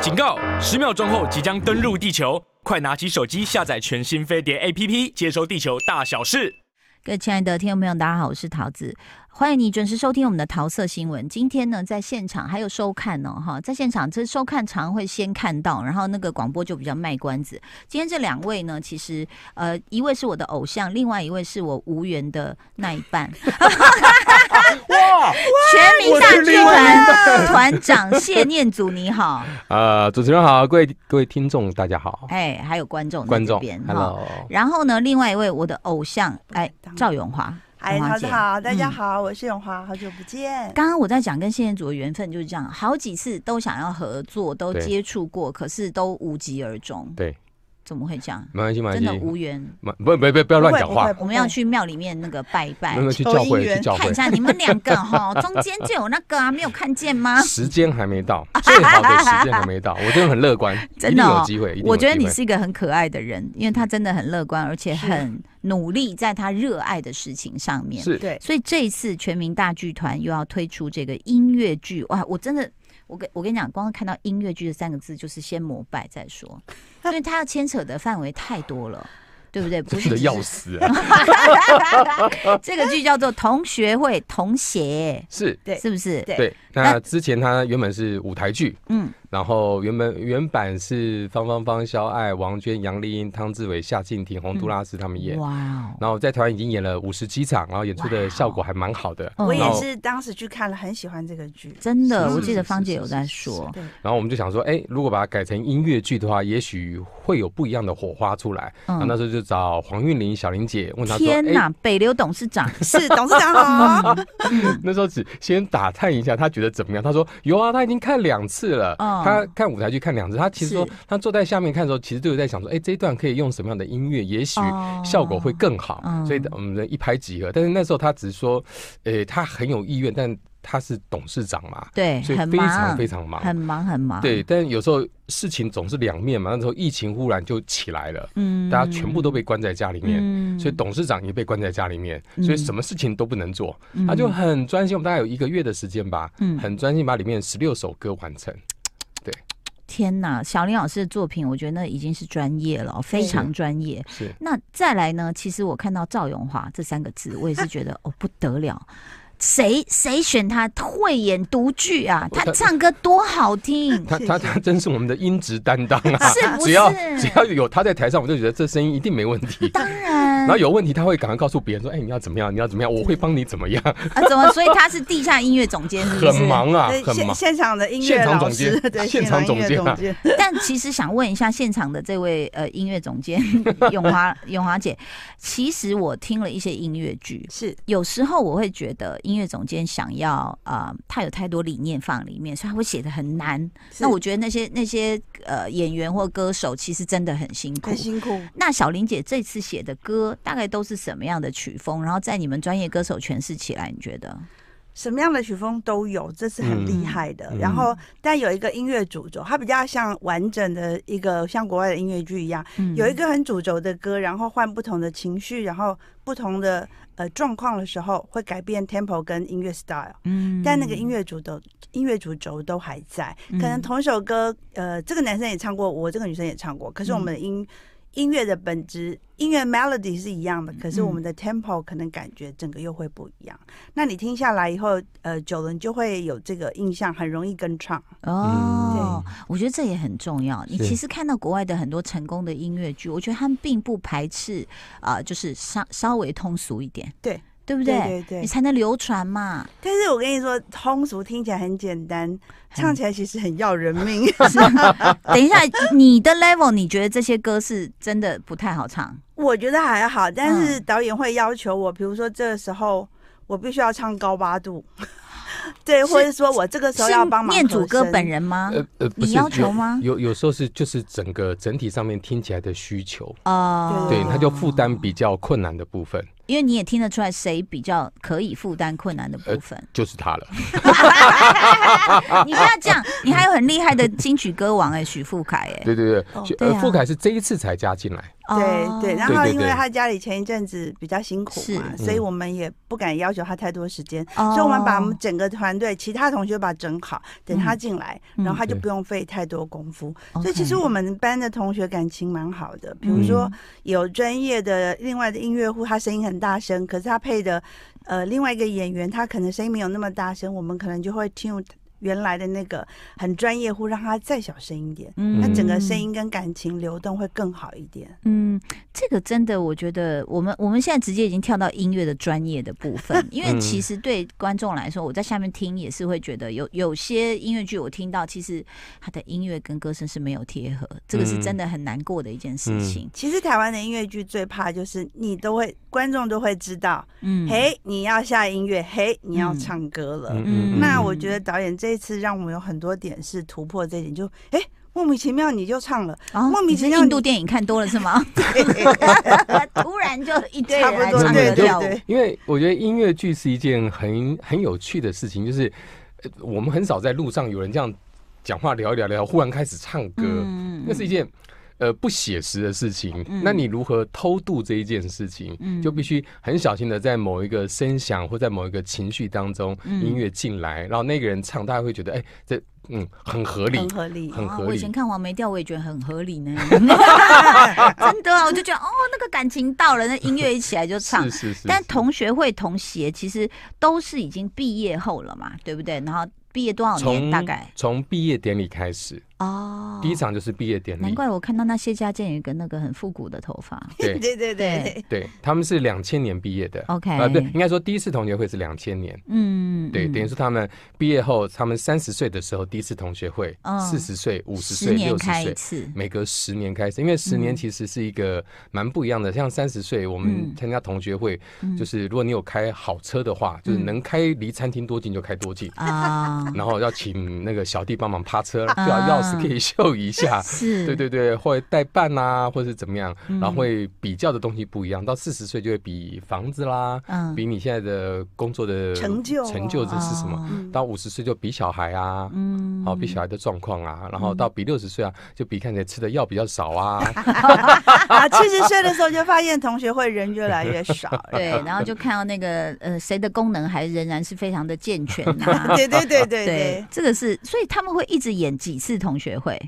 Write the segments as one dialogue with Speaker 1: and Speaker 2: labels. Speaker 1: 警告！十秒钟后即将登陆地球，快拿起手机下载全新飞碟 APP，接收地球大小事。
Speaker 2: 各位亲爱的听众朋友，大家好，我是桃子，欢迎你准时收听我们的桃色新闻。今天呢，在现场还有收看哦，哈，在现场这收看常会先看到，然后那个广播就比较卖关子。今天这两位呢，其实呃，一位是我的偶像，另外一位是我无缘的那一半，
Speaker 3: 哇！
Speaker 2: 全民大
Speaker 3: 我是
Speaker 2: 剧
Speaker 3: 另外一
Speaker 2: 团团长谢念祖，你好，
Speaker 3: 呃，主持人好，各位各位听众大家好，
Speaker 2: 哎，还有观众在
Speaker 3: 观
Speaker 2: 这
Speaker 3: 众
Speaker 2: 边哈。
Speaker 3: ，Hello，
Speaker 2: 然后呢，另外一位我的偶像，哎，赵永华，
Speaker 4: 哎，
Speaker 2: 永华
Speaker 4: 桃子
Speaker 2: 姐
Speaker 4: 好，大家
Speaker 2: 嗯
Speaker 4: 好，我是永华，好久不见。
Speaker 2: 刚刚我在讲跟谢彦祖的缘分就是这样，好几次都想要合作，都
Speaker 3: 对
Speaker 2: 接触过，可是都无疾而终。
Speaker 3: 对，
Speaker 2: 怎么会这样？
Speaker 3: 没关系，没关
Speaker 2: 真
Speaker 3: 系
Speaker 2: 的，无缘。
Speaker 3: 没不不不不要乱讲话
Speaker 4: 不会不会，
Speaker 2: 我们要去庙里面那个拜拜
Speaker 3: 没，有去
Speaker 4: 求
Speaker 3: 教
Speaker 4: 姻
Speaker 3: 会去
Speaker 4: 缘
Speaker 3: 教
Speaker 2: 看
Speaker 3: 会
Speaker 2: 一，下你们两个 哈，中间就有那个啊，没有看见吗？
Speaker 3: 时间还没到，最好的时间还 没到，我真的很乐观，一
Speaker 2: 真
Speaker 3: 定
Speaker 2: 的哦
Speaker 3: 有机会，一定
Speaker 2: 我
Speaker 3: 有
Speaker 2: 觉得
Speaker 3: 机
Speaker 2: 你
Speaker 3: 会
Speaker 2: 是一个很可爱的人，因为他真的很乐观，而且
Speaker 4: 是
Speaker 2: 很努力在他热爱的事情上面。
Speaker 3: 是
Speaker 4: 对，
Speaker 2: 所以这一次全民大剧团又要推出这个音乐剧，哇！我真的，我跟我跟你讲，光看到音乐剧这三个字，就是先膜拜再说，因为它要牵扯的范围太多了，对不对？不
Speaker 3: 真
Speaker 2: 是
Speaker 3: 的
Speaker 2: 只
Speaker 3: 要
Speaker 2: 是
Speaker 3: 死啊，
Speaker 2: 这个剧叫做《同学会同学
Speaker 3: 是》，
Speaker 4: 对
Speaker 2: 是不是？
Speaker 4: 对
Speaker 3: 对。那之前他原本是舞台剧，
Speaker 2: 嗯，
Speaker 3: 然后原本原版是方芳芳、肖爱、王娟、杨丽英、汤志伟、夏静婷、洪都拉斯他们演，
Speaker 2: 哇哦，
Speaker 3: 然后在台湾已经演了五十几场，然后演出
Speaker 2: 哇哦
Speaker 3: 的效果还蛮好的，
Speaker 2: 嗯
Speaker 4: 我
Speaker 3: 然
Speaker 4: 也
Speaker 3: 后
Speaker 4: 是当时去看了，很喜欢这个剧。
Speaker 2: 真的，
Speaker 3: 是
Speaker 2: 我
Speaker 3: 是
Speaker 2: 记得
Speaker 3: 是
Speaker 2: 芳姐
Speaker 3: 是
Speaker 2: 有
Speaker 3: 是
Speaker 2: 在
Speaker 3: 是是
Speaker 2: 说，
Speaker 4: 对，
Speaker 3: 然后我们就想说，哎，如果把它改成音乐剧的话，也许会有不一样的火花出来。然后那
Speaker 2: 嗯，
Speaker 3: 时候就找黄韵玲、小玲姐，问她说，
Speaker 2: 天
Speaker 3: 哎，
Speaker 2: 哪，北流董事 长，
Speaker 4: 是董事长
Speaker 3: 嗯
Speaker 4: 好。
Speaker 3: 那时候只先打探一下她觉得怎么样。她说有啊，她已经看两次了。
Speaker 2: 嗯
Speaker 3: 她看舞台剧看两次，她其实说
Speaker 2: 是
Speaker 3: 她坐在下面看的时候，其实都有在想说，哎，这一段可以用什么样的音乐，也许
Speaker 2: 哦
Speaker 3: 效果会更好。
Speaker 2: 嗯
Speaker 3: 所以我们一拍即合。但是那时候她只是说，呃，她很有意愿，但她是董事长嘛，
Speaker 2: 对，
Speaker 3: 所以
Speaker 2: 很
Speaker 3: 非常
Speaker 2: 忙，
Speaker 3: 非常忙。
Speaker 2: 很忙，很忙，
Speaker 3: 对，，但有时候事情总是两面嘛。那时候疫情忽然就起来了，
Speaker 2: 嗯
Speaker 3: 大家全部都被关在家里面，
Speaker 2: 嗯
Speaker 3: 所以董事长也被关在家里面，
Speaker 2: 嗯
Speaker 3: 所以什么事情都不能做。他就很专心，我们大概有一个月的时间吧，
Speaker 2: 嗯
Speaker 3: 很专心把里面十六首歌完成。
Speaker 2: 天呐，小林老师的作品，我觉得那已经是专业了哦，非常专业。
Speaker 3: 是
Speaker 2: 那再来呢？其实我看到赵永华这三个字，我也是 觉得哦不得了，谁谁选他慧眼独具啊？
Speaker 3: 我
Speaker 2: 他唱歌多好 听，
Speaker 3: 他
Speaker 4: 谢
Speaker 3: 他
Speaker 4: 谢
Speaker 3: 他真是我们的音质担当啊！
Speaker 2: 是不
Speaker 3: 只要
Speaker 2: 是
Speaker 3: 只要有他在台上，我就觉得这声音一定没问题。
Speaker 2: 当然
Speaker 3: 然后有问题，他会赶快告诉别人说：“哎，你要怎么样？你要怎么样？我会帮你怎么样。
Speaker 2: 啊，怎么？所以他是地下音乐总监，是不
Speaker 3: 很
Speaker 2: 是？
Speaker 3: 忙啊，
Speaker 4: 对，
Speaker 3: 很
Speaker 4: 现
Speaker 3: 忙。
Speaker 4: 现场的音
Speaker 3: 现
Speaker 4: 乐
Speaker 3: 场
Speaker 4: 老
Speaker 3: 总监
Speaker 4: 师，对，
Speaker 3: 现
Speaker 4: 现
Speaker 3: 场
Speaker 4: 场音乐
Speaker 3: 总监啊
Speaker 4: 总 监。
Speaker 2: 但其实想问一下现场的这位呃音乐总监 永华永华姐，其实我听了一些音乐剧，
Speaker 4: 是
Speaker 2: 有时候我会觉得音乐总监想要呃，他有太多理念放里面，所以他会写的很难。
Speaker 4: 是
Speaker 2: 那我觉得那些那些呃演员或歌手其实真的很辛苦
Speaker 4: 很。辛苦。
Speaker 2: 那小林姐这次写的歌大概都是什么样的曲风？然后在你们专业歌手诠释起来，你觉得？
Speaker 4: 什么样的曲风都有，这是很厉害的。
Speaker 3: 嗯嗯
Speaker 4: 然后，但有一个音乐主轴，它比较像完整的一个像国外的音乐剧一样，
Speaker 2: 嗯
Speaker 4: 有一个很主轴的歌，然后换不同的情绪，然后不同的呃状况的时候，会改变 tempo 跟音乐 style。
Speaker 2: 嗯
Speaker 4: 但那个音乐主轴，音乐主轴都还在。
Speaker 2: 嗯
Speaker 4: 可能同一首歌，呃，这个男生也唱过，我这个女生也唱过，可是我
Speaker 2: 嗯
Speaker 4: 们的音、音乐的本质，音乐 melody 是一
Speaker 2: 嗯
Speaker 4: 样的，可是我们的 tempo 可能感觉整个又会不一样。那你听下来以后，呃，久了你就会有这个印象，很容易跟唱。
Speaker 2: 哦，我觉得这也很重要。你
Speaker 3: 是
Speaker 2: 其实看到国外的很多成功的音乐剧，我觉得他们并不排斥啊、呃就是稍稍微通俗一点，
Speaker 4: 对
Speaker 2: 对不
Speaker 4: 对对
Speaker 2: 你
Speaker 4: 对
Speaker 2: 才能流传嘛。
Speaker 4: 但是我跟你说，通俗听起来很简
Speaker 2: 嗯
Speaker 4: 单，唱起来其实很要人命。
Speaker 2: 等一下，你的 level 你觉得这些歌是真的不太好唱？
Speaker 4: 我觉得还好，但是
Speaker 2: 嗯
Speaker 4: 导演会要求我，比如说这个时候我必须要唱高八度， 对，
Speaker 2: 是
Speaker 4: 或者说我这个时候要帮忙
Speaker 2: 念主
Speaker 4: 和
Speaker 2: 歌
Speaker 4: 声
Speaker 2: 本。人吗？
Speaker 3: 呃呃，不
Speaker 2: 你
Speaker 3: 是
Speaker 2: 要求
Speaker 3: 有
Speaker 2: 吗
Speaker 3: 有有时候是就是整个整体上面听起来的需求，
Speaker 2: 哦
Speaker 3: 对，
Speaker 4: 哦
Speaker 3: 他就负担比较困难的部分。
Speaker 2: 因为你也听得出来谁比较可以负担困难的部分。
Speaker 3: 就是他了。呃啊
Speaker 2: 你不要这样，你还有很厉害的金曲歌王哎、许富凯哎、
Speaker 3: 对对
Speaker 4: 哦
Speaker 3: 对，
Speaker 2: 对
Speaker 3: 呃，
Speaker 2: 啊
Speaker 3: 傅凯是这一次才加进来，
Speaker 2: 哦
Speaker 4: 对对，然后
Speaker 3: 对对
Speaker 4: 因为
Speaker 3: 对嗯
Speaker 4: 他家里前一阵子比较辛苦
Speaker 2: 是
Speaker 4: 嘛，所以我们也不敢要求他太多时间，
Speaker 2: 哦
Speaker 4: 所以我们把我们整个团队其他同学把他整好，等他
Speaker 2: 嗯
Speaker 4: 进来，
Speaker 2: 嗯
Speaker 4: 然后他就
Speaker 3: 对
Speaker 4: 不用费太多功夫。
Speaker 2: OK 嗯
Speaker 4: 所以其实我们班的同学感情蛮好的，比如说有专业的另外的音乐户，他声音很大声，可是他配的呃另外一个演员，他可能声音没有那么大声，我们可能就会听原来的那个很专业户，让他再小声一点，
Speaker 2: 嗯
Speaker 4: 那整个声音跟感情流动会更好一点。
Speaker 2: 嗯，这个真的，我觉得我们我们现在直接已经跳到音乐的专业的部 分，因为
Speaker 3: 嗯
Speaker 2: 其实对观众来说，我在下面听也是会觉得有有些音乐剧我听到，其实它的音乐跟歌声是没有贴合，这个是
Speaker 3: 嗯
Speaker 2: 真的很难过的一件事情。
Speaker 4: 其实台湾的音乐剧最怕就是你都会观众都会知道，
Speaker 2: 嗯，
Speaker 4: 嘿，你要下音乐，嘿，你要
Speaker 2: 嗯
Speaker 4: 唱歌了。
Speaker 2: 嗯
Speaker 4: 那我觉得导演这一次让我们有很多点是突破这一点，就哎、莫名其妙你就唱了，
Speaker 2: 哦
Speaker 4: 莫名
Speaker 2: 你
Speaker 4: 其
Speaker 2: 是
Speaker 4: 妙
Speaker 2: 印
Speaker 4: 你
Speaker 2: 度电影看多了是吗？ 突然就一堆
Speaker 4: 差
Speaker 2: 人来
Speaker 4: 不多
Speaker 2: 唱
Speaker 3: 对
Speaker 2: 歌
Speaker 3: 对
Speaker 2: 跳舞，
Speaker 4: 对
Speaker 3: 因为我觉得音乐剧是一件很很有趣的事情，就是呃我们很少在路上有人这样讲话聊一聊聊，忽然开始唱歌，
Speaker 2: 嗯
Speaker 3: 那是一件呃不写实的事情。
Speaker 2: 嗯
Speaker 3: 那你如何偷渡这一件事情，
Speaker 2: 嗯
Speaker 3: 就必须很小心的在某一个声响或在某一个情绪当中，
Speaker 2: 嗯
Speaker 3: 音乐进来，然后那个人唱，大家会觉得哎、这嗯很合理
Speaker 4: 很。合理。
Speaker 3: 很
Speaker 2: 啊
Speaker 3: 合
Speaker 2: 我以
Speaker 3: 理
Speaker 2: 前看黄梅调，我也觉得很合理 呢，真的啊，我就觉得哦，那个感情到了，那音乐一起来就唱
Speaker 3: 是。是是，
Speaker 2: 但
Speaker 3: 是
Speaker 2: 同学会、同协其实都是已经毕业后了嘛，对不对？然后毕业多少年？
Speaker 3: 从
Speaker 2: 大概
Speaker 3: 从毕业典礼开始，
Speaker 2: 哦，
Speaker 3: 第一场就是毕业典礼
Speaker 2: 难。怪我看到那谢家健有一个那个很复古的头发。
Speaker 3: 对
Speaker 4: 对对对，
Speaker 3: 对，他们是两千年毕业的。
Speaker 2: OK，
Speaker 3: 啊，对，应该说第一次同学会是两千年，
Speaker 2: 嗯，
Speaker 3: 对，
Speaker 2: 嗯
Speaker 3: 等于说他们毕业后，他们三十岁的时候第一次同学会
Speaker 2: 嗯，
Speaker 3: 四十岁、五十
Speaker 2: 十
Speaker 3: 岁、
Speaker 2: 年
Speaker 3: 六十
Speaker 2: 开一
Speaker 3: 岁，
Speaker 2: 次，
Speaker 3: 每隔十年开始，因为十年
Speaker 2: 嗯
Speaker 3: 其实是一个蛮不一样的。像三十岁，我
Speaker 2: 嗯
Speaker 3: 们参加同学会，
Speaker 2: 嗯
Speaker 3: 就是如果你有开好车的话，就是
Speaker 2: 嗯
Speaker 3: 能开离餐厅多近就开多近，
Speaker 2: 啊，
Speaker 3: 然后要请那个小弟帮忙趴车，
Speaker 2: 啊
Speaker 3: 最好钥匙可以秀一 下。
Speaker 2: 是，
Speaker 3: 对对对，或者代办啊，或者是怎么样，然后
Speaker 2: 嗯
Speaker 3: 会比较的东西不一样。到四十岁就会比房子啦，
Speaker 2: 嗯，
Speaker 3: 比你现在的工作的
Speaker 4: 成就啊
Speaker 3: 成就值是什么？
Speaker 2: 哦？
Speaker 4: 嗯
Speaker 3: 到五十岁就比小孩啊，
Speaker 2: 嗯，
Speaker 3: 好、比小孩的状况啊，然后到比六十岁啊，就比看起来吃的药比较少啊，
Speaker 4: 啊，七十岁的时候就发现同学会人越来越少。
Speaker 2: 对，然后就看到那个呃，谁的功能还仍然是非常的健全啊呐、
Speaker 4: 啊对对对对
Speaker 2: 对
Speaker 4: 对，，
Speaker 2: 这个是，所以他们会一直演几次同学会，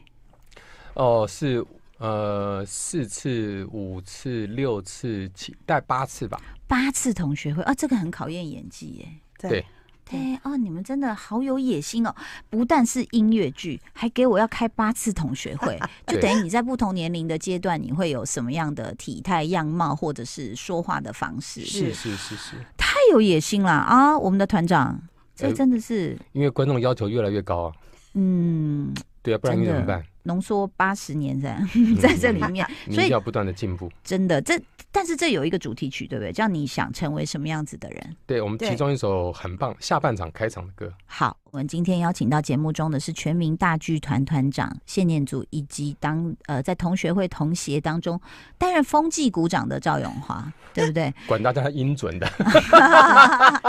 Speaker 3: 哦是。呃，四次、五次、六次、七，大概八次吧。
Speaker 2: 八次同学会啊，这个很考验演技耶。
Speaker 3: 对
Speaker 2: 对哦，你们真的好有野心哦！不但是音乐剧，还给我要开八次同学会，就
Speaker 3: 对
Speaker 2: 等于你在不同年龄的阶段，你会有什么样的体态、样貌，或者是说话的方式，
Speaker 4: 是
Speaker 3: 是是是，
Speaker 2: 太有野心了啊！我们的团长，这
Speaker 3: 呃
Speaker 2: 真的是，
Speaker 3: 因为观众要求越来越高啊。
Speaker 2: 嗯，
Speaker 3: 对啊，不然
Speaker 2: 真
Speaker 3: 你怎么
Speaker 2: 的
Speaker 3: 办？
Speaker 2: 浓缩八十年在
Speaker 3: 嗯
Speaker 2: 在这里面，
Speaker 3: 你
Speaker 2: 所以
Speaker 3: 要不断的进步。
Speaker 2: 真的这，但是这有一个主题曲，对不对？叫你想成为什么样子的人。
Speaker 3: 对我们
Speaker 4: 对
Speaker 3: 其中一首很棒，下半场开场的歌。
Speaker 2: 好，我们今天邀请到节目中的是全民大剧团团长谢念祖，以及当呃在同学会同协当中担任风纪鼓掌的赵永华，对不对？
Speaker 3: 管大家音准的，
Speaker 4: 还好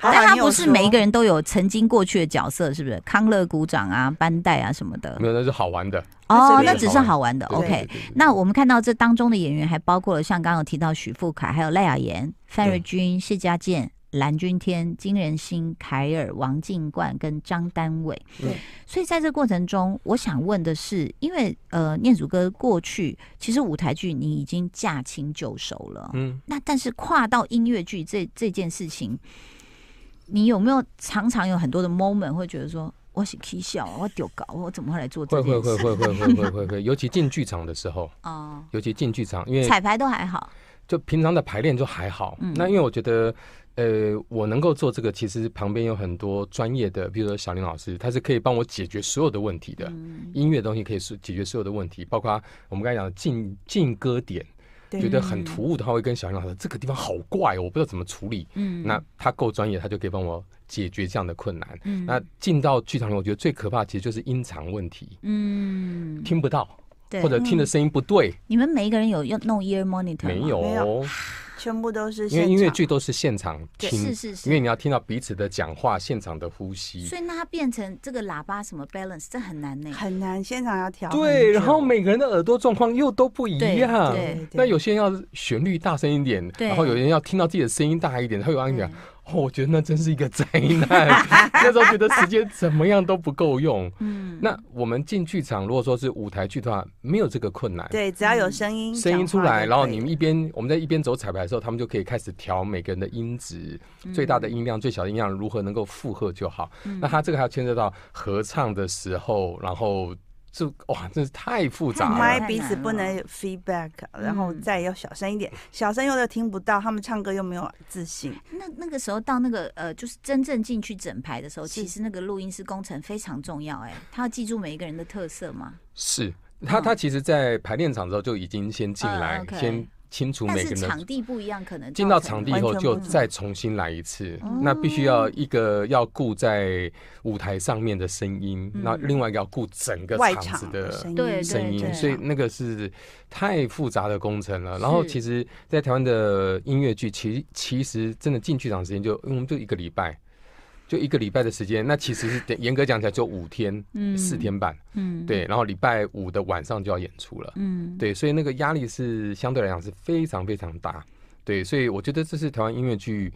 Speaker 2: 但他
Speaker 4: 啊你有
Speaker 2: 不是
Speaker 4: 说
Speaker 2: 每一个人都有曾经过去的角色，是不是？康乐鼓掌啊、班带啊什么的
Speaker 3: 没。有那是好玩的。
Speaker 2: 哦，
Speaker 4: 那随便
Speaker 2: 那只是好玩的。
Speaker 3: 对
Speaker 2: OK，
Speaker 3: 对对对
Speaker 2: 那我们看到这当中的演员还包括了像刚刚有提到许富凯，还有赖雅妍、范瑞君、谢家健、蓝钧天、金仁心、凯尔、王静冠跟张丹伟。
Speaker 4: 对，
Speaker 2: 所以在这过程中，我想问的是，因为呃，念祖哥过去其实舞台剧你已经驾轻就熟了，
Speaker 3: 嗯，
Speaker 2: 那但是跨到音乐剧这这件事情，你有没有常常有很多的 moment 会觉得说？我是 K 笑啊，我丢搞，我怎么会来做这
Speaker 3: 会
Speaker 2: 件
Speaker 3: 会
Speaker 2: 事？
Speaker 3: 会会会会会会会，尤其进剧场的时候，
Speaker 2: 哦，
Speaker 3: 尤其进剧场，因为
Speaker 2: 彩排都还好，
Speaker 3: 就平常的排练就还好。
Speaker 2: 嗯
Speaker 3: 那因为我觉得，呃，我能够做这个，其实旁边有很多专业的，比如说小林老师，他是可以帮我解决所有的问题的。
Speaker 2: 嗯，
Speaker 3: 音乐的东西可以是解决所有的问题，包括我们刚才讲的进进歌点，
Speaker 4: 对
Speaker 3: 觉得很突兀的话，会跟小林老师这个地方好怪哦，我不知道怎么处理。
Speaker 2: 嗯
Speaker 3: 那他够专业，他就可以帮我解决这样的困难。
Speaker 2: 嗯
Speaker 3: 那进到剧场里，我觉得最可怕其实就是音场问题，
Speaker 2: 嗯，
Speaker 3: 听不到
Speaker 2: 对嗯
Speaker 3: 或者听的声音不对，
Speaker 2: 你们每一个人有用弄 ear monitor 吗
Speaker 3: 没有
Speaker 4: 没有
Speaker 3: 哦，
Speaker 4: 全部都是
Speaker 3: 因为
Speaker 4: 现
Speaker 3: 音乐
Speaker 4: 场
Speaker 3: 剧都是现场
Speaker 4: 对
Speaker 3: 听，
Speaker 2: 是是是
Speaker 3: 因为你要听到彼此的讲话，现场的呼吸。
Speaker 2: 所以那它变成这个喇叭什么 balance，这很难呢、
Speaker 4: 很难，现场要调很久。
Speaker 3: 对，然后每个人的耳朵状况又都不一
Speaker 2: 对
Speaker 3: 样。
Speaker 2: 对
Speaker 3: 那有些人要旋律大声一点，
Speaker 2: 对
Speaker 3: 然后有人要听到自己的声音大一点，然后有人
Speaker 2: 对
Speaker 3: 讲，哦，我觉得那真是一个灾难。 那时候觉得时间怎么样都不够用。
Speaker 2: 嗯，
Speaker 3: 那我们进剧场，如果说是舞台剧的话，没有这个困难。
Speaker 4: 对，只要有声音，
Speaker 3: 声音出来，然后你们
Speaker 4: 们
Speaker 3: 一边我们在一边走彩排的时候，他们就可以开始调每个人的音质，最大的音量、最小的音量如何能够负荷就好。那它这个还要牵涉到合唱的时候，然后这哇，真是太复
Speaker 2: 太
Speaker 3: 杂
Speaker 2: 难啊
Speaker 3: 了。
Speaker 4: 麦彼此不能 feedback，然后
Speaker 2: 嗯
Speaker 4: 再要小声一点，小声又都听不到，他们唱歌又没有自信。
Speaker 2: 那那个时候到那个呃，就是真正进去整排的时候，
Speaker 4: 是
Speaker 2: 其实那个录音师工程非常重要、哎，他要记住每一个人的特色嘛。
Speaker 3: 是他，
Speaker 2: 嗯
Speaker 3: 他其实，在排练场的时候就已经先进
Speaker 2: 嗯
Speaker 3: 来，
Speaker 2: ，OK
Speaker 3: 先清除
Speaker 2: 但
Speaker 3: 每个
Speaker 2: 是
Speaker 3: 人的
Speaker 2: 场地不一样，可能
Speaker 3: 进到
Speaker 2: 造成
Speaker 3: 场地以
Speaker 2: 了
Speaker 3: 后
Speaker 4: 完全
Speaker 3: 就
Speaker 4: 不同
Speaker 3: 再重新来一次
Speaker 2: 哦，
Speaker 3: 那必须要一个要顾在舞台上面的声音，
Speaker 2: 嗯
Speaker 3: 那另外一个要顾整个
Speaker 4: 外
Speaker 3: 场子
Speaker 4: 场的
Speaker 3: 的
Speaker 4: 声音，
Speaker 2: 对对
Speaker 3: 声音，
Speaker 2: 对
Speaker 3: 所以那个是太复杂的工程了。然后
Speaker 2: 是
Speaker 3: 其实，在台湾的音乐剧，其其实真的进剧场时间就嗯我们就一个礼拜，就一个礼拜的时间。那其实是严格讲起来就五天，
Speaker 2: 嗯
Speaker 3: 四天半，
Speaker 2: 嗯，
Speaker 3: 对。然后礼拜五的晚上就要演出了。
Speaker 2: 嗯，
Speaker 3: 对，所以那个压力是相对来讲是非常非常大。对，所以我觉得这是台湾音乐剧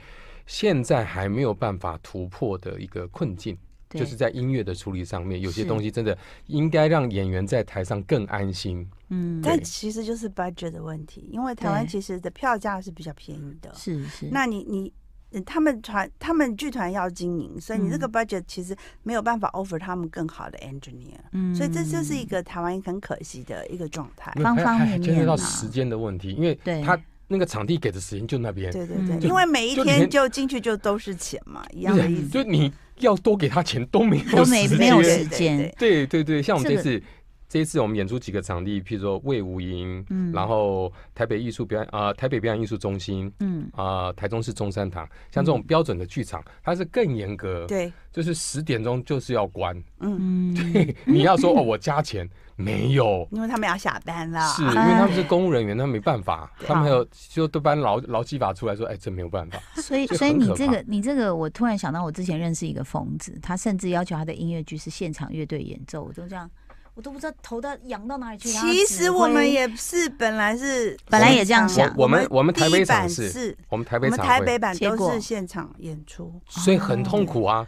Speaker 3: 现在还没有办法突破的一个困境，
Speaker 2: 对，
Speaker 3: 就是在音乐的处理上面，有些
Speaker 2: 是
Speaker 3: 东西真的应该让演员在台上更安心。
Speaker 2: 嗯，
Speaker 4: 但
Speaker 3: 对
Speaker 4: 其实就是 budget 的问题，因为台湾
Speaker 2: 对
Speaker 4: 其实的票价是比较便宜的。
Speaker 2: 是是，
Speaker 4: 那你你呃他们团他们剧团要经营，所以你这
Speaker 2: 嗯
Speaker 4: 个 budget 其实没有办法 offer 他们更好的 engineer，、
Speaker 2: 嗯
Speaker 4: 所以这就是一个台湾很可惜的一个状态。
Speaker 3: 没有
Speaker 2: 方
Speaker 3: 还
Speaker 2: 方
Speaker 3: 还
Speaker 2: 面
Speaker 3: 牵涉
Speaker 2: 面
Speaker 3: 到
Speaker 2: 啦
Speaker 3: 时间的问题，因为
Speaker 2: 对
Speaker 3: 他那个场地给的时间就那边，
Speaker 4: 对对
Speaker 2: 嗯
Speaker 4: 对，
Speaker 2: 就
Speaker 4: 因为每一
Speaker 3: 就
Speaker 4: 天
Speaker 3: 连
Speaker 4: 就进去就都是钱嘛，一样
Speaker 3: 就
Speaker 4: 的
Speaker 3: 是
Speaker 4: 意思。
Speaker 3: 就你要多给他钱 都没有
Speaker 2: 都没
Speaker 3: 时间，
Speaker 2: 没有
Speaker 4: 对
Speaker 2: 时
Speaker 4: 对对
Speaker 2: 间
Speaker 4: 对
Speaker 3: 对对对，像我们
Speaker 2: 这个
Speaker 3: 这次，这一次我们演出几个场地，譬如说魏武营，
Speaker 2: 嗯
Speaker 3: 然后台北艺术表演啊、台北表演艺术中心。
Speaker 2: 嗯
Speaker 3: 啊、台中市中山堂，像这种标准的剧场，它是更严格，
Speaker 4: 对，
Speaker 3: 就是十点钟就是要关。
Speaker 4: 嗯，
Speaker 2: 嗯，
Speaker 3: 你要说哦，我加钱没有，
Speaker 4: 因为他们要下班了，
Speaker 2: 啊
Speaker 3: 是因
Speaker 2: 哎
Speaker 3: 为他们是公务人员，他们没办法，他们还有就都搬劳劳基法出来说，哎，这没有办法。
Speaker 2: 所以，
Speaker 3: 所以
Speaker 2: 所以
Speaker 3: 很
Speaker 2: 你
Speaker 3: 可
Speaker 2: 这
Speaker 3: 怕
Speaker 2: 个，你这个，我突然想到，我之前认识一个疯子，他甚至要求他的音乐剧是现场乐队演奏，我都这样，我都不知道头到仰到哪里去。然后
Speaker 4: 其
Speaker 2: 指
Speaker 4: 实我们
Speaker 2: 挥
Speaker 4: 也是本来是
Speaker 2: 本来也这样想
Speaker 3: 我我们我们台
Speaker 4: 第一
Speaker 3: 北场
Speaker 4: 版
Speaker 3: 是
Speaker 4: 是，
Speaker 3: 我们台
Speaker 4: 我
Speaker 3: 北
Speaker 4: 们
Speaker 3: 场
Speaker 4: 台
Speaker 3: 会
Speaker 4: 北，版
Speaker 2: 结
Speaker 4: 都
Speaker 2: 果
Speaker 4: 是现场演出。啊
Speaker 3: 所以很痛苦啊。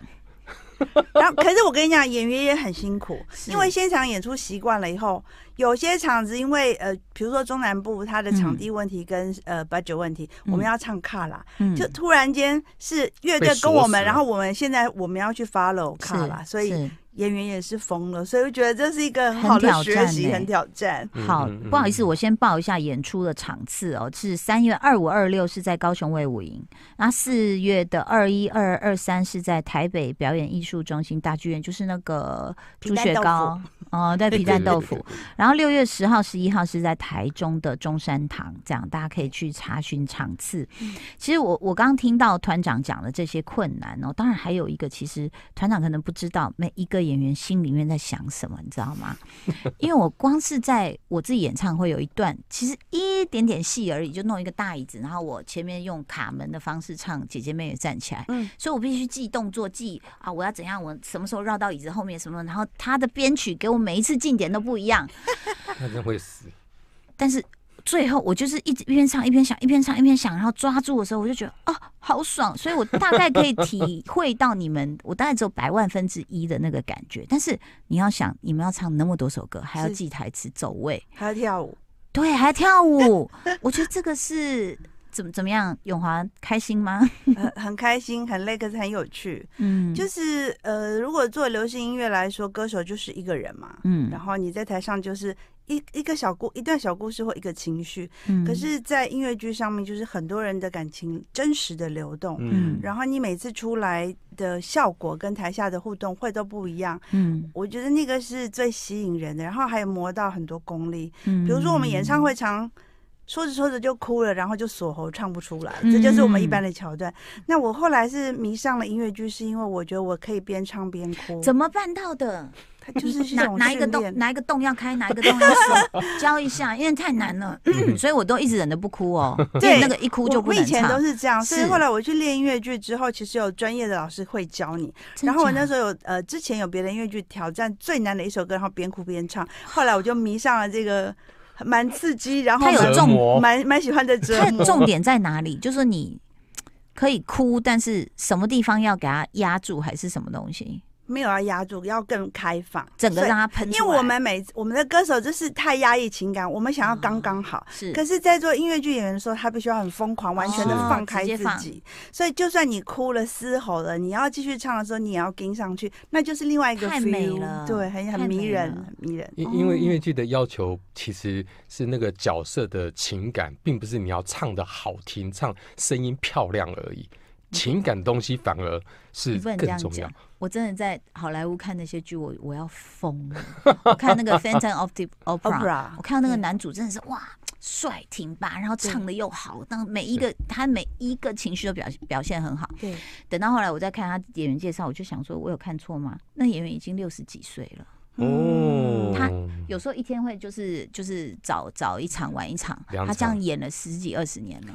Speaker 4: 然后，可是我跟你讲，演员也很辛苦，
Speaker 2: 是
Speaker 4: 因为现场演出习惯了以后，有些场子因为呃，比如说中南部它的场地问题跟、呃 budget 问题，
Speaker 2: 嗯
Speaker 4: 我们要唱卡拉，
Speaker 2: 嗯
Speaker 4: 就突然间是乐队
Speaker 3: 被锁
Speaker 4: 跟我们，
Speaker 3: 死
Speaker 4: 然后我们现在我们要去 follow 卡拉，
Speaker 2: 是
Speaker 4: 所以
Speaker 2: 是
Speaker 4: 演员也是疯了，所以我觉得这是一个很
Speaker 2: 很
Speaker 4: 好的
Speaker 2: 挑
Speaker 4: 学
Speaker 2: 战
Speaker 4: 习，
Speaker 2: 欸
Speaker 4: 很挑战。
Speaker 3: 嗯
Speaker 2: 好
Speaker 3: 嗯，
Speaker 2: 不好意思，
Speaker 3: 嗯
Speaker 2: 我先报一下演出的场次哦，是三月二五、二六是在高雄卫武营，那四月的二一、二二、三是在台北表演艺术中心大剧院，就是那个
Speaker 4: 皮
Speaker 2: 猪
Speaker 4: 蛋
Speaker 2: 血
Speaker 4: 豆腐
Speaker 2: 糕哦，对，皮
Speaker 3: 对
Speaker 2: 蛋
Speaker 3: 对
Speaker 2: 豆
Speaker 3: 对
Speaker 2: 腐
Speaker 3: 对。对
Speaker 2: 然后六月十号、十一号是在台中的中山堂，这样大家可以去查询场次。其实我我刚刚听到团长讲的这些困难哦，当然还有一个，其实团长可能不知道每一个演员心里面在想什么，你知道吗？ 因为我光是在我自己演唱会有一段，其实一点点戏而已，就弄一个大椅子，然后我前面用卡门的方式唱《姐姐妹也站起来》，
Speaker 4: 嗯
Speaker 2: 所以我必须记动作，记啊我要怎样，我什么时候绕到椅子后面什么，然后他的编曲给我每一次进点都不一样。
Speaker 3: 那真会死。
Speaker 2: 但是最后我就是一直一边唱一边想，一边唱一边想，然后抓住的时候我就觉得哦，好爽，所以我大概可以体会到你们，我大概只有百万分之一的那个感觉。但是你要想，你们要唱那么多首歌，还要
Speaker 4: 是
Speaker 2: 记台词、走位，
Speaker 4: 还要跳舞，
Speaker 2: 对，还要跳舞，我觉得这个是。怎么怎么样？永华开心吗？
Speaker 4: 很很开心，很累，可是很有趣。
Speaker 2: 嗯，
Speaker 4: 就是呃，如果做流行音乐来说，歌手就是一个人嘛，
Speaker 2: 嗯
Speaker 4: 然后你在台上就是一一个小故一段小故事或一个情绪，
Speaker 2: 嗯
Speaker 4: 可是，在音乐剧上面，就是很多人的感情真实的流动，
Speaker 2: 嗯
Speaker 3: 嗯，
Speaker 4: 然后你每次出来的效果跟台下的互动会都不一样，
Speaker 2: 嗯
Speaker 4: 我觉得那个是最吸引人的。然后还有磨到很多功力，
Speaker 2: 嗯
Speaker 4: 比如说我们演唱会常。说着说着就哭了，然后就锁喉唱不出来，这就是我们一般
Speaker 2: 嗯
Speaker 4: 的桥段。那我后来是迷上了音乐剧，是因为我觉得我可以边唱边哭，
Speaker 2: 怎么办到的？
Speaker 4: 它 就是一
Speaker 2: 哪
Speaker 4: 种
Speaker 2: 嗯哪一个
Speaker 4: 训
Speaker 2: 洞
Speaker 4: 练
Speaker 2: 哪一个洞要开，哪一个洞要锁，教一下，因为太难了，
Speaker 3: 嗯
Speaker 2: 所以我都一直忍着不哭哦。因为
Speaker 4: 对
Speaker 2: 那个一哭就
Speaker 4: 我
Speaker 2: 不
Speaker 4: 我以
Speaker 2: 能
Speaker 4: 前都
Speaker 2: 唱。
Speaker 4: 是这样，所以
Speaker 2: 是
Speaker 4: 后来我去练音乐剧之后，其实有专业的老师会教你。
Speaker 2: 真
Speaker 4: 然后我
Speaker 2: 假
Speaker 4: 那时候有呃，之前有别的音乐剧挑战最难的一首歌，然后边哭边唱。后来我就迷上了这个，蛮刺激，然后
Speaker 2: 它有
Speaker 4: 蛮
Speaker 3: 折
Speaker 2: 重
Speaker 3: 磨
Speaker 4: 蛮蛮喜欢的折
Speaker 2: 它的
Speaker 4: 磨。
Speaker 2: 重点在哪里？就是你可以哭，但是什么地方要给它压住，还是什么东西？
Speaker 4: 没有要压住，要更开放，
Speaker 2: 整个
Speaker 4: 所以
Speaker 2: 让它喷出
Speaker 4: 因
Speaker 2: 来。
Speaker 4: 为我们每我们的歌手就是太压抑情感，我们想要刚刚好。
Speaker 2: 是
Speaker 4: 可是，在做音乐剧演员的时候，他必须要很疯狂，完全的
Speaker 2: 嗯哦
Speaker 4: 放开
Speaker 2: 直接
Speaker 4: 自
Speaker 2: 放
Speaker 4: 己。所以，就算你哭了、嘶吼了，你要继续唱的时候，你也要跟上去，那就是另外一个 feel,
Speaker 2: 太美了
Speaker 4: 对，很
Speaker 2: 太
Speaker 4: 很
Speaker 2: 美
Speaker 4: 迷人
Speaker 2: 了，
Speaker 4: 很迷人。
Speaker 3: 因因
Speaker 2: 哦
Speaker 3: 为音乐剧的要求其实是那个角色的情感，并不是你要唱的好听、唱声音漂亮而已，情感东西反而是
Speaker 2: 你不能这
Speaker 3: 更
Speaker 2: 样
Speaker 3: 重要
Speaker 2: 讲。。我真的在好莱坞看那些剧，我我要疯了。我看那个《Phantom of the Opera》
Speaker 4: Opera
Speaker 2: 我看到那个男主真的是哇，帅挺拔，然后唱的又好，那每一个他每一个情绪都表表现很好。
Speaker 4: 对，
Speaker 2: 等到后来我再看他演员介绍，我就想说，我有看错吗？那演员已经六十几岁了，
Speaker 4: 嗯
Speaker 3: 哦，
Speaker 2: 他有时候一天会就是就是早早一场晚一场，
Speaker 3: 两
Speaker 2: 他这样
Speaker 3: 场
Speaker 2: 演了十几二十年了。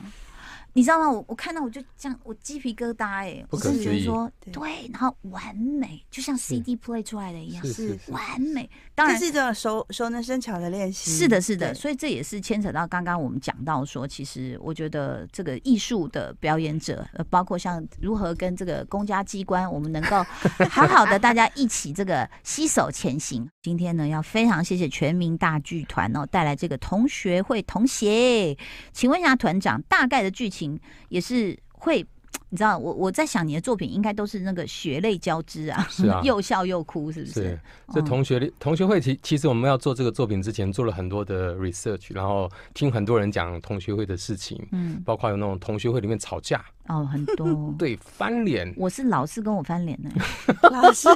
Speaker 2: 你知道吗？我我看到我就这样，我鸡皮疙瘩哎、
Speaker 3: 不
Speaker 2: 我
Speaker 3: 可
Speaker 2: 真的觉
Speaker 3: 思
Speaker 2: 得
Speaker 3: 议
Speaker 2: 说
Speaker 4: 对
Speaker 2: 对，然后完美，就像 CD play 出来的一样，
Speaker 3: 是
Speaker 4: 是
Speaker 3: 是是，
Speaker 2: 完美。当
Speaker 4: 这
Speaker 2: 然
Speaker 4: 是一种熟熟能生巧的练习。
Speaker 2: 是
Speaker 3: 嗯
Speaker 2: 的，是的，
Speaker 4: 对
Speaker 2: 所以这也是牵扯到刚刚我们讲到说，其实我觉得这个艺术的表演者，呃，包括像如何跟这个公家机关，我们能够好好的大家一起这个携手前行。今天呢，要非常谢谢全民大剧团哦，带来这个同学会同协。请问一下团长，大概的剧情也是会。嗯你知道我我在想你的作品应该都是那个血泪交织啊，
Speaker 3: 是啊
Speaker 2: 又笑又哭，是不是？
Speaker 3: 是这
Speaker 2: 哦
Speaker 3: 同学里同学会其其实我们要做这个作品之前做了很多的 research，然后听很多人讲同学会的事情，
Speaker 2: 嗯
Speaker 3: 包括有那种同学会里面吵架，
Speaker 2: 哦，很多
Speaker 3: 对翻脸，
Speaker 2: 我是老是跟我翻脸呢、
Speaker 4: 老师，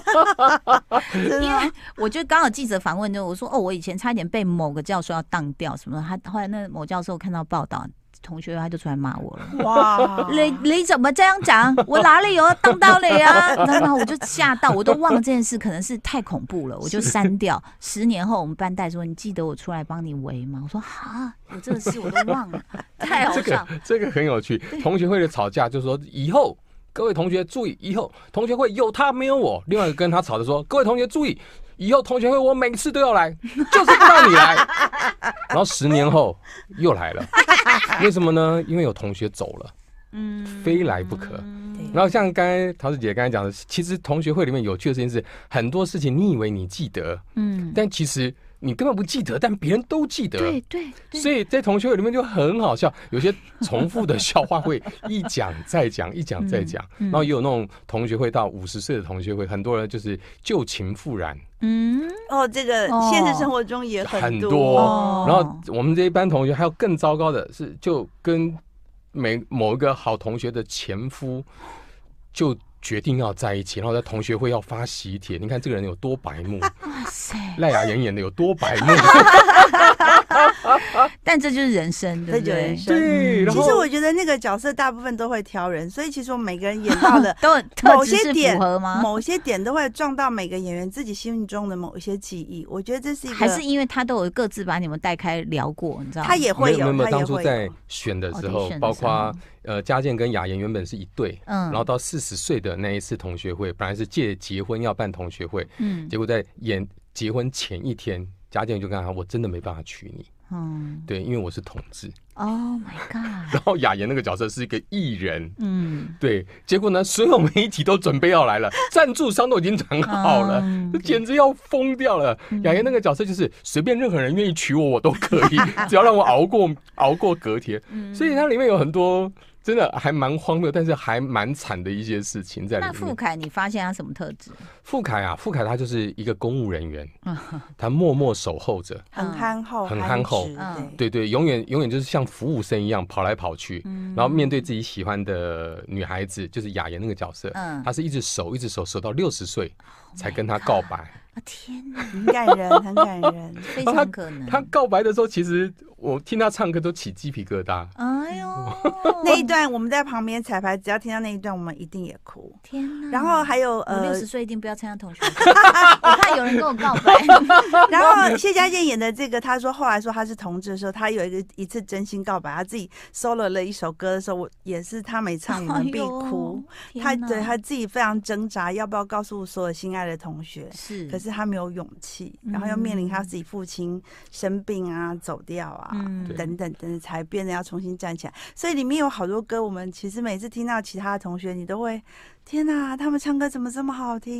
Speaker 4: 真的
Speaker 2: 因
Speaker 4: 吗
Speaker 2: 为我就刚好记者访问就我说哦，我以前差一点被某个教授要当掉什么的，他后来那某教授看到报道，同学他就出来骂我了。
Speaker 4: 哇，
Speaker 2: 你你怎么这样 讲？我哪里有当到你啊？然后我就吓到，我都忘了这件事，可能是太恐怖 了，我就删掉。十年后，我们班代说：“你记得我出来帮你围吗？”我说：“哈，有这个事我都忘了， 太好
Speaker 3: 这
Speaker 2: 笑
Speaker 3: 个。这个很有趣。同学会的吵架就是说，以后各位同学注意，以后同学会有他没有我。另外一个跟他吵的说，各位同学注意，以后同学会我每次都要来，就是不让你来。然后十年后又来了，为什么呢？因为有同学走了，嗯，非来不可。
Speaker 4: 对
Speaker 3: 然后像刚才桃子姐刚才讲的，其实同学会里面有趣的事情是，很多事情你以为你记得，
Speaker 2: 嗯，
Speaker 3: 但其实你根本不记得，但别人都记得。
Speaker 2: 对对对，
Speaker 3: 所以在同学会里面就很好笑，有些重复的笑话会一讲再讲，一讲再讲，
Speaker 2: 嗯嗯
Speaker 3: 然后也有那种同学会到五十岁的同学会，很多人就是旧情复燃。
Speaker 2: 嗯，
Speaker 4: 哦，这个
Speaker 2: 哦
Speaker 4: 现实生活中也
Speaker 3: 很
Speaker 4: 多，
Speaker 3: 多
Speaker 2: 哦
Speaker 3: 然后我们这一班同学还有更糟糕的是，就跟每某一个好同学的前夫就决定要在一起，然后在同学会要发喜帖。你看这个人有多白目，
Speaker 2: 哇塞！
Speaker 3: 赖雅妍演的有多白目。
Speaker 2: 但这就是人生，对
Speaker 4: 这
Speaker 2: 不
Speaker 4: 就
Speaker 2: 对
Speaker 4: 人？生。
Speaker 3: 对，然
Speaker 4: 其实
Speaker 3: 后
Speaker 4: 我觉得那个角色大部分都会挑人，所以其实我们每个人演到的
Speaker 2: 都特
Speaker 4: 某
Speaker 2: 质
Speaker 4: 些
Speaker 2: 是
Speaker 4: 点
Speaker 2: 符合吗？
Speaker 4: 某些点都会撞到每个演员自己心中的某一些记忆。我觉得这是一个，
Speaker 2: 还是因为他都有各自把你们带开聊过，你知道吗？
Speaker 4: 他也会有，
Speaker 3: 没
Speaker 4: 他也
Speaker 3: 有当初
Speaker 4: 会
Speaker 3: 在
Speaker 4: 有。
Speaker 3: 选的时
Speaker 2: audition
Speaker 3: 候
Speaker 2: 的，
Speaker 3: 包
Speaker 2: 时候
Speaker 3: 括呃嘉健跟雅妍原本是一对，
Speaker 2: 嗯，
Speaker 3: 然后到四十岁的那一次同学会，本来是借结婚要办同学会，
Speaker 2: 嗯
Speaker 3: 结果在演结婚前一天，嘉健就跟他说我真的没办法娶你，
Speaker 2: 嗯
Speaker 3: 对，因为我是同志。
Speaker 2: ，Oh my God，
Speaker 3: 然后雅妍那个角色是一个艺人，
Speaker 2: 嗯，
Speaker 3: 对，结果呢，所有媒体都准备要来了，赞助商都已经谈好了。
Speaker 2: 嗯
Speaker 3: 这简直要疯掉了！雅妍那个角色就是随便任何人愿意娶我，我都可以，只要让我熬过熬过隔天。
Speaker 2: 嗯
Speaker 3: 所以它里面有很多真的还蛮荒谬，但是还蛮惨的一些事情在里
Speaker 2: 那
Speaker 3: 面。
Speaker 2: 傅凯，你发现他什么特质？
Speaker 3: 傅凯啊，傅凯他就是一个公务人员，
Speaker 2: 嗯
Speaker 3: 他默默守候着，
Speaker 4: 很憨厚，
Speaker 3: 很憨厚
Speaker 4: 直
Speaker 2: 嗯
Speaker 3: 对对，永远永远就是像服务生一样跑来跑去，
Speaker 2: 嗯
Speaker 3: 然后面对自己喜欢的女孩子，就是雅妍那个角色，
Speaker 2: 嗯，Oh
Speaker 3: 他是一直守一直守守到六十岁才跟他告白。
Speaker 2: 啊天哪，
Speaker 4: 很感人，很感人。，
Speaker 2: 非
Speaker 3: 然后
Speaker 2: 常可能
Speaker 3: 他告白的时候，其实我听他唱歌都起鸡皮疙瘩，
Speaker 2: 啊，哎 呦
Speaker 4: 那一段我们在旁边彩排，只要听到那一段，我们一定也哭。
Speaker 2: 天哪！
Speaker 4: 然后还有
Speaker 2: 嗯我
Speaker 4: 呃
Speaker 2: 六，十岁一定不要参加同学 会，我怕有人跟我告 白。
Speaker 4: 然后谢家健演的这个，他说后来说他是同志的时候，他有一个一次真心告白，他自己 solo 了一首歌的时候，我也是他每唱我
Speaker 2: 哎
Speaker 4: 们
Speaker 2: 呦
Speaker 4: 必哭，，
Speaker 2: 哎天
Speaker 4: 他
Speaker 2: 哪
Speaker 4: 对他自己非常挣扎，要不要告诉所有心爱的同学？
Speaker 2: 是，
Speaker 4: 可是他没有勇气，然后又面临他自己父亲生病啊、走掉啊、
Speaker 2: 嗯
Speaker 3: 对
Speaker 4: 等等等等，才变得要重新站起来。所以里面有好多歌，我们其实每次听到其他的同学，你都会天哪、他们唱歌怎么这么好听？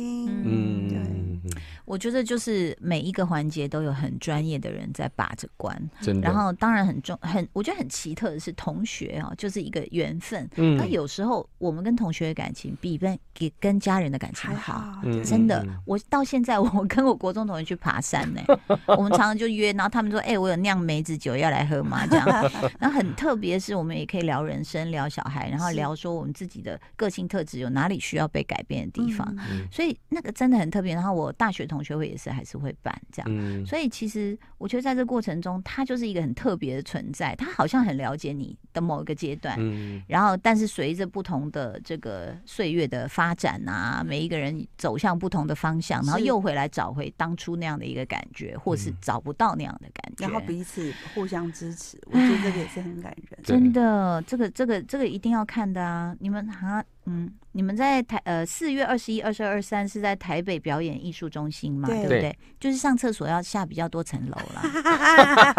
Speaker 2: 嗯
Speaker 4: 对
Speaker 3: 嗯，
Speaker 2: 我觉得就是每一个环节都有很专业的人在把着关，
Speaker 3: 真的。
Speaker 2: 然后当然很重很，我觉得很奇特的是同学哦，就是一个缘分。
Speaker 3: 嗯
Speaker 2: 那有时候我们跟同学的感情比跟给跟家人的感情
Speaker 4: 还
Speaker 2: 好。
Speaker 4: 好，
Speaker 3: 嗯
Speaker 2: 真的
Speaker 3: 嗯嗯，
Speaker 2: 我到现在我跟我国中同学去爬山 呢、我们常常就约，然后他们说：“哎、我有酿梅子酒，要来喝 吗？”这样， 然后很特别是，我们也可以聊人生、聊小孩，然后
Speaker 4: 是
Speaker 2: 聊说我们自己的个性特质有哪里需要被改变的地方。
Speaker 4: 嗯
Speaker 3: 嗯
Speaker 2: 所以那个真的很特别。然后我大学同学会也是还是会办这样。
Speaker 3: 嗯
Speaker 2: 所以其实我觉得在这过程中，他就是一个很特别的存在，他好像很了解你的某一个阶段。
Speaker 3: 嗯
Speaker 2: 然后，但是随着不同的这个岁月的发展啊，每一个人走向不同的方向，然后
Speaker 4: 是
Speaker 2: 又回来找回当初那样的一个感觉，或是
Speaker 3: 嗯
Speaker 2: 找不到那样的感觉。
Speaker 4: 然后彼此互相支持，我觉得这个也是很感人。
Speaker 3: 对
Speaker 2: 真的，这个这个这个一定要看的啊！你们啊，嗯，你们在台呃四月二十一、二十二、三是在台北表演艺术中心嘛，
Speaker 4: 对
Speaker 2: 对不
Speaker 3: 对
Speaker 2: 对？就是上厕所要下比较多层楼 啦。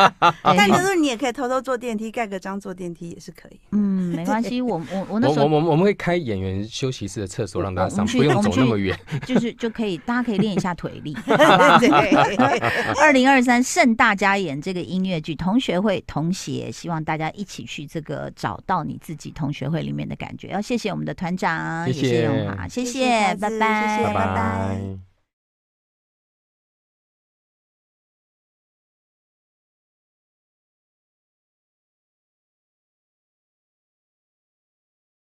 Speaker 4: 但有
Speaker 2: 对
Speaker 4: 时候你也可以偷偷坐电梯，盖个章坐电梯也是可 以。
Speaker 2: 嗯，没关系，我我我那
Speaker 3: 我
Speaker 2: 时
Speaker 3: 我
Speaker 2: 候
Speaker 3: 我们我们会开演员休息室的厕所
Speaker 2: 我
Speaker 3: 让大家
Speaker 2: 我
Speaker 3: 上
Speaker 2: 们，去
Speaker 3: 不用
Speaker 2: 我们
Speaker 3: 走
Speaker 2: 去
Speaker 3: 那么远。
Speaker 2: 就是就可以，大家可以练一下腿力。
Speaker 4: 对，
Speaker 2: 二零二三盛大家演这个音乐剧同学会同协，希望大家一起去这个找到你自己同学会里面的感觉。要谢谢我们的团长，
Speaker 3: 谢
Speaker 2: 也
Speaker 3: 谢
Speaker 2: 谢永华，谢
Speaker 4: 谢谢
Speaker 2: 拜
Speaker 4: 桃子
Speaker 2: 哎拜，
Speaker 4: 谢谢拜
Speaker 3: 拜
Speaker 4: 拜。